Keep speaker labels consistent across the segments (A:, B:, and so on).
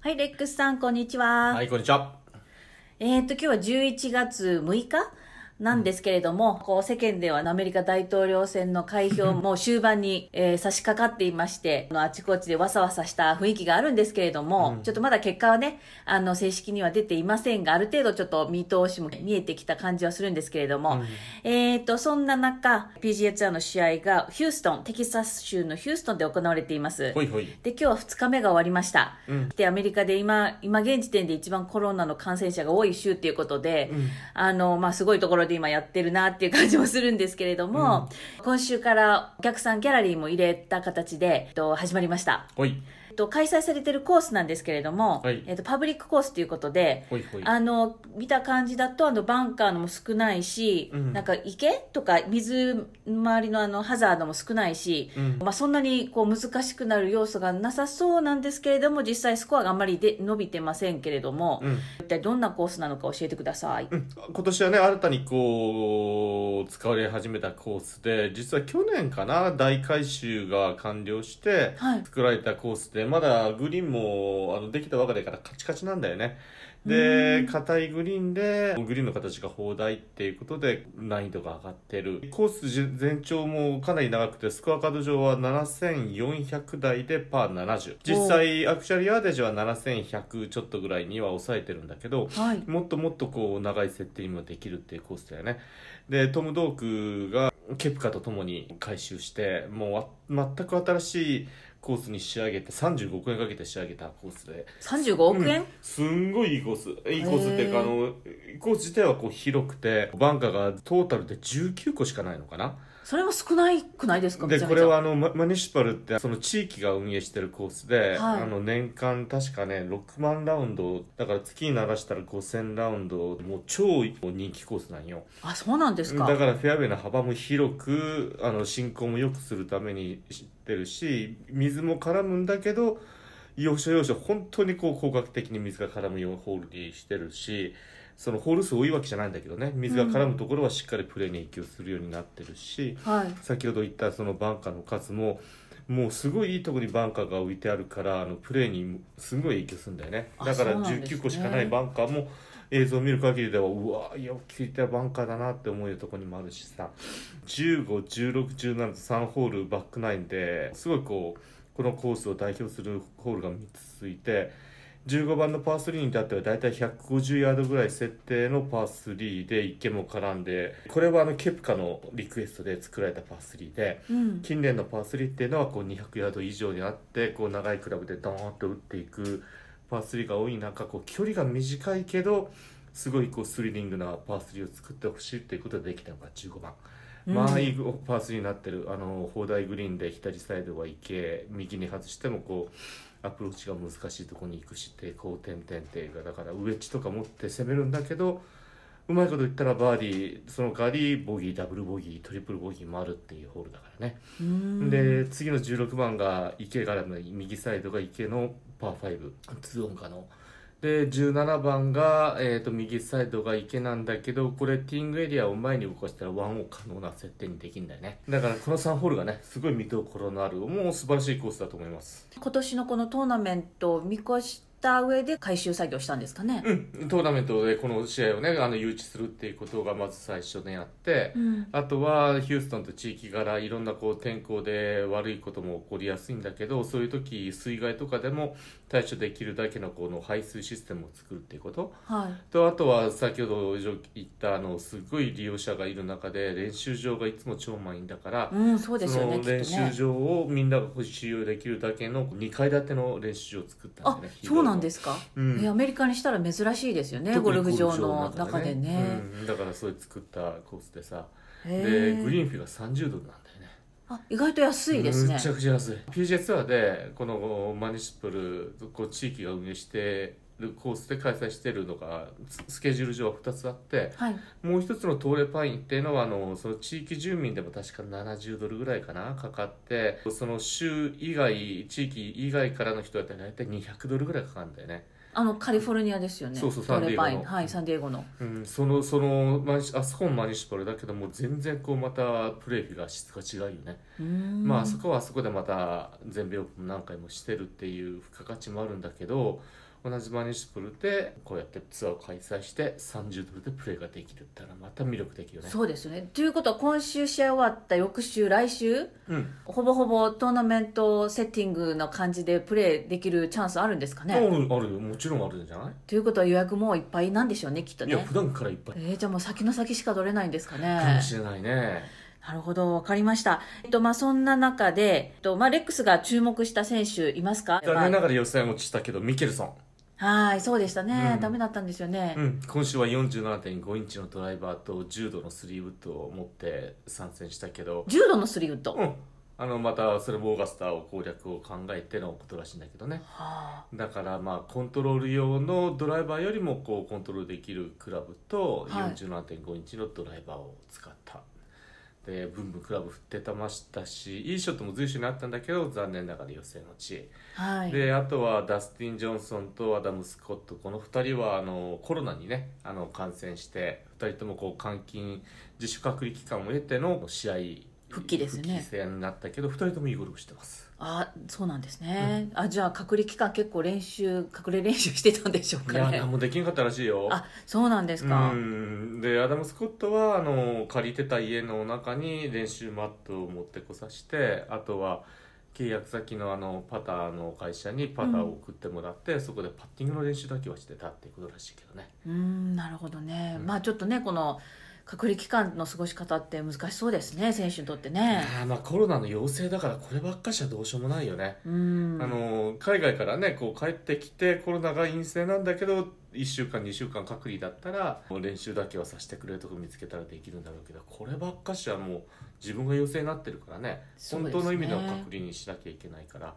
A: はい、レックスさん、こんにちは。
B: はい、こんにちは。
A: えー、っと、今日は11月6日なんですけれども、こう世間ではアメリカ大統領選の開票 も終盤に、えー差し掛かっていまして、あのあちこちでわさわさした雰囲気があるんですけれども、ちょっとまだ結果はね、あの正式には出ていませんが、ある程度ちょっと見通しも見えてきた感じはするんですけれども、えー、っと、そんな中、PGA ツアーの試合がヒューストン、テキサス州のヒューストンで行われています。
B: ほいほい。
A: で今日は2日目が終わりました、でアメリカで今今現時点で一番コロナの感染者が多い州ということで、あのまあ、すごいところで今やってるなっていう感じもするんですけれども、今週からお客さんギャラリーも入れた形で、えっと、始まりました。
B: ほい。
A: えっと開催されてるコースなんですけれども、
B: はい
A: えっと、パブリックコースということで、
B: ほいほい。
A: あの見た感じだとあのバンカーのも少ないし、
B: うん
A: なんか池とか水周りのあのハザードも少ないし、
B: うん
A: まあ、そんなにこう難しくなる要素がなさそうなんですけれども実際スコアがあんまりで伸びてませんけれども、
B: うん。
A: 一体どんなコースなのか教えてください。
B: うん今年はね、新たにこう、使われ始めたコースで、実は去年かな、大改修が完了して、
A: はい
B: 作られたコースで、まだグリーンも、あの、できたばかりだからカチカチなんだよね。
A: う
B: で
A: ん、
B: 硬いグリーンで、グリーンの形が砲台っていうことで、難易度が上がってる。コースじ全長もかなり長くて、スコアカード上は7400台でパー70。実際、アクシャリアーデージは7100ちょっとぐらいには抑えてるんだけど、
A: はい、
B: もっともっとこう長い設定にもできるっていうコースだよねでトム・ドークがケプカと共に回収してもうあ全く新しいコースに仕上げて35億円かけて仕上げたコースで
A: 35億円、
B: うんすんごいいいコースいいコースっていうか
A: へ
B: あのコース自体はこう広くてバンカーがトータルで19個しかないのかな
A: それも少ないくないですかめ
B: で
A: ちゃ
B: こ
A: めち
B: れ
A: ゃ
B: はあのママニシパルってその地域が運営してるコースで、
A: はい
B: あの年間確かね6万ラウンドだから月にならしたら5000ラウンドもう超人気コースなんよ
A: あそうなんですか
B: だからフェアウェイの幅も広くあの進行も良くするために知ってるし水も絡むんだけど要所要所本当にこう効果的に水が絡むようホールにしてるしそのホール数多いわけじゃないんだけどね水が絡むところはしっかりプレーに影響するようになってるし、
A: はい、
B: 先ほど言ったそのバンカーの数ももうすごいいいとこにバンカーが置いてあるからあのプレーにすごい影響するんだよね
A: あ
B: だから
A: そうなんですね
B: 19個しかないバンカーも映像を見る限りではうわーよく聞いたバンカーだなって思うとこにもあるしさ151617ホールバックナインですごいこうこのコースを代表するホールが3つ続いて15番のパー3に至っては大体150ヤードぐらい設定のパー3で池も絡んでこれはあのケプカのリクエストで作られたパー3で
A: うん、
B: 近年のパー3っていうのはこう200ヤード以上にあってこう長いクラブでドーンと打っていくパー3が多い中こう距離が短いけどすごいこうスリリングなパー3を作ってほしいっていうことでできたのが15番。
A: うん
B: まあいいパー3になってるあの砲台グリーンで左サイドは池右に外してもこうアプローチが難しいところに行くしってこう点々っていうかだからウエッジとか持って攻めるんだけどうまいこと言ったらバーディーその代わりボギーダブルボギートリプルボギーもあるっていうホールだからね、
A: うん
B: で次の16番が池からの右サイドが池のパー5ツーオンかので17番が、えー、と右サイドが池なんだけどこれティーイングエリアを前に動かしたらワンを可能な設定にできるんだよねだからこの3ホールがねすごい見どころのあるもう素晴らしいコースだと思います
A: 今年のこのトーナメントを見越した上で回収作業したんですかね、
B: うんトーナメントでこの試合をねあの誘致するっていうことがまず最初にあって、
A: うん
B: あとはヒューストンと地域柄いろんなこう天候で悪いことも起こりやすいんだけどそういう時水害とかでも対処できるだけのこの排水システムを作るっていうこと
A: はい
B: とあとは先ほど言ったあのすごい利用者がいる中で練習場がいつも超満員だから、
A: うん、そうです
B: そ
A: よね、き
B: の
A: っと
B: 練習
A: ね。
B: 場をみんなが使用できるだけの2階建ての練習場を作ったん
A: あ
B: だよね、、
A: そうなんですすか。
B: うん
A: えアメリカにしたら珍しいですよね、ゴルフ場の中でね。
B: うんだからそういう作ったコースでさで
A: へえ
B: グリーンフィが30ドルなんだよね
A: あ、意外と安いですね
B: む。ちゃくちゃ安い PGA ツアーでこのマニシプルこう地域が運営してるコースで開催してるのがススケジュール上は2つあって
A: はい。
B: もう一つのトーレパインっていうのはあのその地域住民でも確か70ドルぐらいかなかかってその州以外地域以外からの人だったら大体200ドルぐらいかかるんだよね
A: あのカリフォルニアですよね。
B: そうそう
A: トレパイン
B: サンディエゴの
A: はい、サンディエゴの。
B: うん、そのそのマニシあそこもマニシパルだけども全然こうまたプレーフィが質が違うよね、
A: うーん
B: まああそこはあそこでまた全米オープン何回もしてるっていう付加価値もあるんだけど同じマニシプルでこうやってツアーを開催して30ドルでプレーができるったらまた魅力的よね
A: そうですよねということは今週試合終わった翌週来週
B: うん、
A: ほぼほぼトーナメントセッティングの感じでプレーできるチャンスあるんですかね、
B: うんあるよもちろんあるんじゃない
A: ということは予約もういっぱいなんでしょうねきっと
B: いや
A: ね
B: 普段からいっぱい
A: えー、じゃあもう先の先しか取れないんですか
B: か
A: ね
B: もしれないね、
A: なるほどわかりました、えっとまあ、そんな中で、えっとまあ、レックスが注目した選手いますか
B: 残念な
A: ま
B: がら予選落ちしたけどミケルソン、
A: あはいそうでしたね、
B: うん
A: ダメだったんですよね、
B: うん、今週は47.5インチのドライバーと10度のスリーウッドを持って参戦したけど、
A: 重度のスリーウッド、
B: うん、あのまたそれもオーガスタを攻略を考えてのことらしいんだけどね
A: はあ
B: だからまあコントロール用のドライバーよりもこうコントロールできるクラブと
A: はい
B: 47.5インチのドライバーを使った、でブンブンクラブ振ってたましたしいいショットも随所にあったんだけど残念ながら予選落ち、
A: はい
B: であとはダスティン・ジョンソンとアダム・スコットこの2人はあのコロナにねあの感染して2人ともこう監禁自主隔離期間を得ての試合
A: 復帰ですね
B: 復帰戦になったけど2人ともいいゴルフしてます
A: あそうなんですね、あじゃあ隔離期間結構練習隔離練習してたんでしょう
B: いや
A: かね
B: 何もできんかったらしいよ
A: あそうなんですか、
B: うんでアダム・スコットはあの借りてた家の中に練習マットを持ってこさしてあとは契約先のあのパターの会社にパターを送ってもらって、そこでパッティングの練習だけはしてたっていうことらしいけどね
A: うーんなるほどね、
B: うん
A: まあちょっとねこの隔離期間の過ごし方って難しそうですね選手にとってね
B: あーまあコロナの陽性だからこればっかしはどうしようもないよね、
A: うーん
B: あの海外からねこう帰ってきてコロナが陰性なんだけど1週間2週間隔離だったらもう練習だけはさせてくれるとこ見つけたらできるんだろうけどこればっかしはもう自分が陽性になってるからね
A: そうで
B: 本
A: すね
B: 当の意味での隔離にしなきゃいけないから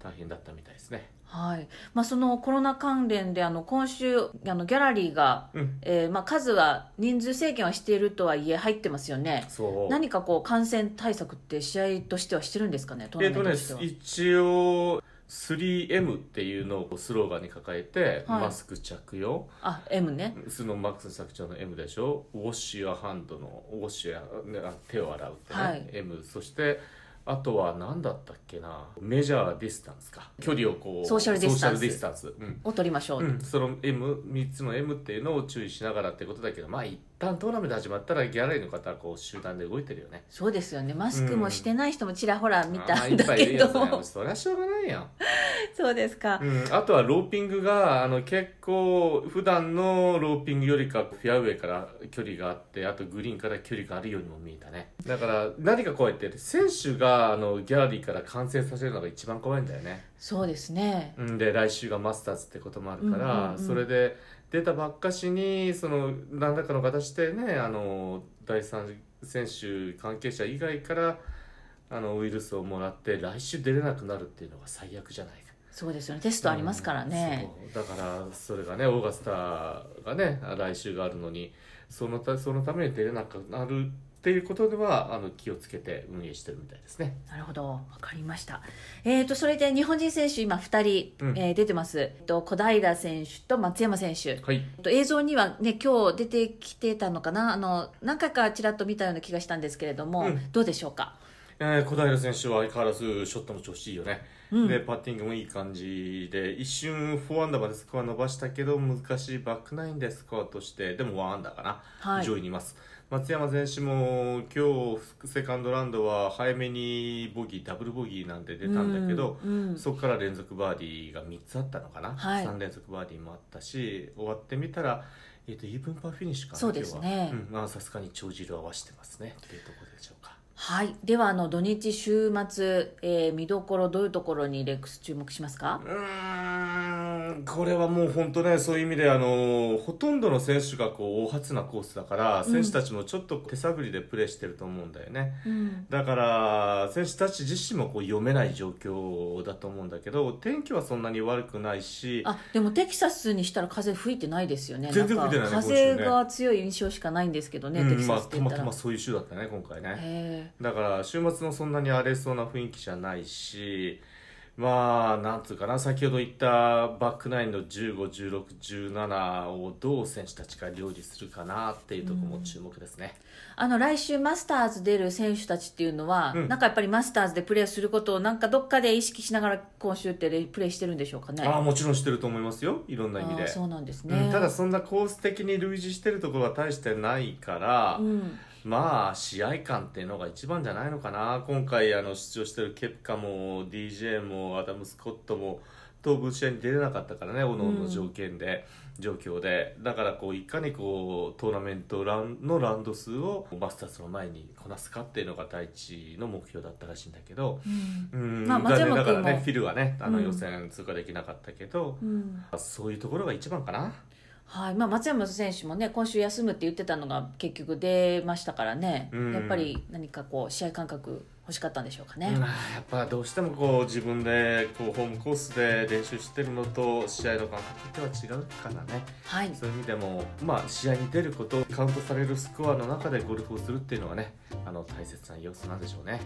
B: 大変だったみたいですね。
A: はいまあ、そのコロナ関連であの今週あのギャラリーが、
B: うん
A: えーまあ、数は人数制限はしているとはいえ入ってますよね
B: そう
A: 何かこう感染対策って試合としてはしてるんですかねトー
B: え
A: ナメン
B: っと
A: ト
B: ね
A: としては、
B: 一応 3M っていうのをスローガンに抱えて、
A: はい
B: マスク着用
A: あ M ね
B: そのマックスの作長の M でしょウォッシュやハンドのウォッシュやねあ手を洗うってね、
A: はい
B: M そしてあとは何だったっけなメジャーディスタンスか距離をこう
A: ソーシャルディスタンス
B: ソーシャルディスタンスうん
A: を取りましょう、
B: うん、その M3 つの M っていうのを注意しながらってことだけどまあ一旦トーナメント始まったらギャラリーの方はこう集団で動いてるよね
A: そうですよねマスクもしてない人もちらほら見た
B: あ
A: ん
B: ーいっぱ
A: だ
B: いいる
A: け
B: よ
A: ど、
B: それはそりゃしょうがないやん
A: そうですか、
B: うん、あとはローピングがあの結構普段のローピングよりかフェアウェイから距離があってあとグリーンから距離があるようにも見えたねだから何かこうやって選手があのギャラリーから完成させるのが一番怖いんだよね
A: そうですね
B: うんで来週がマスターズってこともあるから、
A: うんうんうん
B: それで出たばっかしにその何らかの形でねあの第三選手関係者以外からあのウイルスをもらって来週出れなくなるっていうのが最悪じゃないか
A: そうですよねテストありますからね、
B: そうだからそれがねオーガスタがね来週があるのにそのたそのために出れなくなるっていうことではあの気をつけて運営してるみたいですね
A: なるほどわかりましたえー、とそれで日本人選手今2人、
B: うん
A: えー出てます、えっと、小平選手と松山選手、え
B: はい
A: っと、映像にはね今日出てきてたのかなあの何回かちらっと見たような気がしたんですけれども、
B: うん
A: どうでしょうか
B: えー小平選手は相変わらずショットも調子いいよね、
A: うん
B: でパッティングもいい感じで一瞬4アンダーまでスコア伸ばしたけど難しいバックナインでスコアとしてでも1アンダーかな、
A: はい
B: 上位にいます松山選手も今日セカンドラウンドは早めにボギーダブルボギーなんで出たんだけど、
A: うんうん
B: そこから連続バーディーが3つあったのかな、
A: はい
B: 3連続バーディーもあったし終わってみたら、えー、とイーブンパーフィニッシュかな
A: そうですね
B: 今日はうんまあさすがに帳汁を合わせてますねっていうところでしょうか
A: はいではあの土日週末、えー見どころどういうところにレックス注目しますか
B: うーんこれはもう本当ねそういう意味であのほとんどの選手がこう大発なコースだから選手たちもちょっと手探りでプレーしてると思うんだよね、
A: うん
B: だから選手たち自身もこう読めない状況だと思うんだけど天気はそんなに悪くないし
A: あでもテキサスにしたら風吹いてないですよね
B: 全然吹いてないね
A: んか風が強い印象しかないんですけどね、
B: う
A: テキ
B: んま
A: サ
B: あ、
A: スって
B: た
A: 言っ
B: ま
A: た
B: た
A: ら、
B: まそういう週だったね今回ね
A: へえ
B: だから週末もそんなに荒れそうな雰囲気じゃないしまあ、なんつうかな、先ほど言ったバックナインの15、16、17をどう選手たちが料理するかなっていうところも注目ですね。
A: あの来週マスターズ出る選手たちっていうのは、
B: うん
A: なんかやっぱりマスターズでプレーすることをなんかどっかで意識しながら今週ってプレーしてるんでしょうかね。
B: ああ、もちろんしてると思いますよ、いろんな意味
A: あー
B: で。
A: そうなんですね。
B: うん、ただ、そんなコース的に類似してるところは大してないから、
A: うん、
B: まあ試合感っていうのが一番じゃないのかな今回あの出場してるケプカも DJ もアダム・スコットも当分試合に出れなかったからね各々の条件で、状況でだからこういかにこうトーナメントランのラウンド数をマスターズの前にこなすかっていうのが第一の目標だったらしいんだけど、
A: うん
B: うん
A: まあ
B: 残念なが
A: 松山
B: ら
A: 君も
B: ねフィルはねあの
A: うん
B: 予選通過できなかったけど、
A: うん
B: そういうところが一番かな。
A: はいまあ、松山選手もね今週休むって言ってたのが結局出ましたからね、
B: うん
A: やっぱり何かこう試合感覚欲しかったんでしょうか
B: うん
A: ね。
B: やっぱどうしてもこう自分でこうホームコースで練習してるのと試合の感覚っては違うからね
A: はい
B: そういう意味でも、まあ、試合に出ることカウントされるスコアの中でゴルフをするっていうのはねあの大切な要素なんでしょうね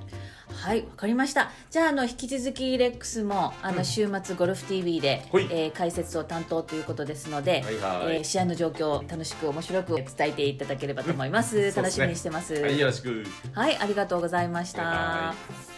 A: はい、わかりました。じゃあ、あの、引き続きレックスも、あ
B: う
A: の、
B: ん
A: 週末ゴルフ TV で、
B: ほい
A: えー解説を担当ということですので、
B: はいはい
A: えー試合の状況を楽しく面白く伝えていただければと思います。
B: うんそうで
A: 楽
B: す
A: し
B: ね
A: みにしてます。
B: はいよろしく
A: はい、ありがとうございました。
B: バイバイ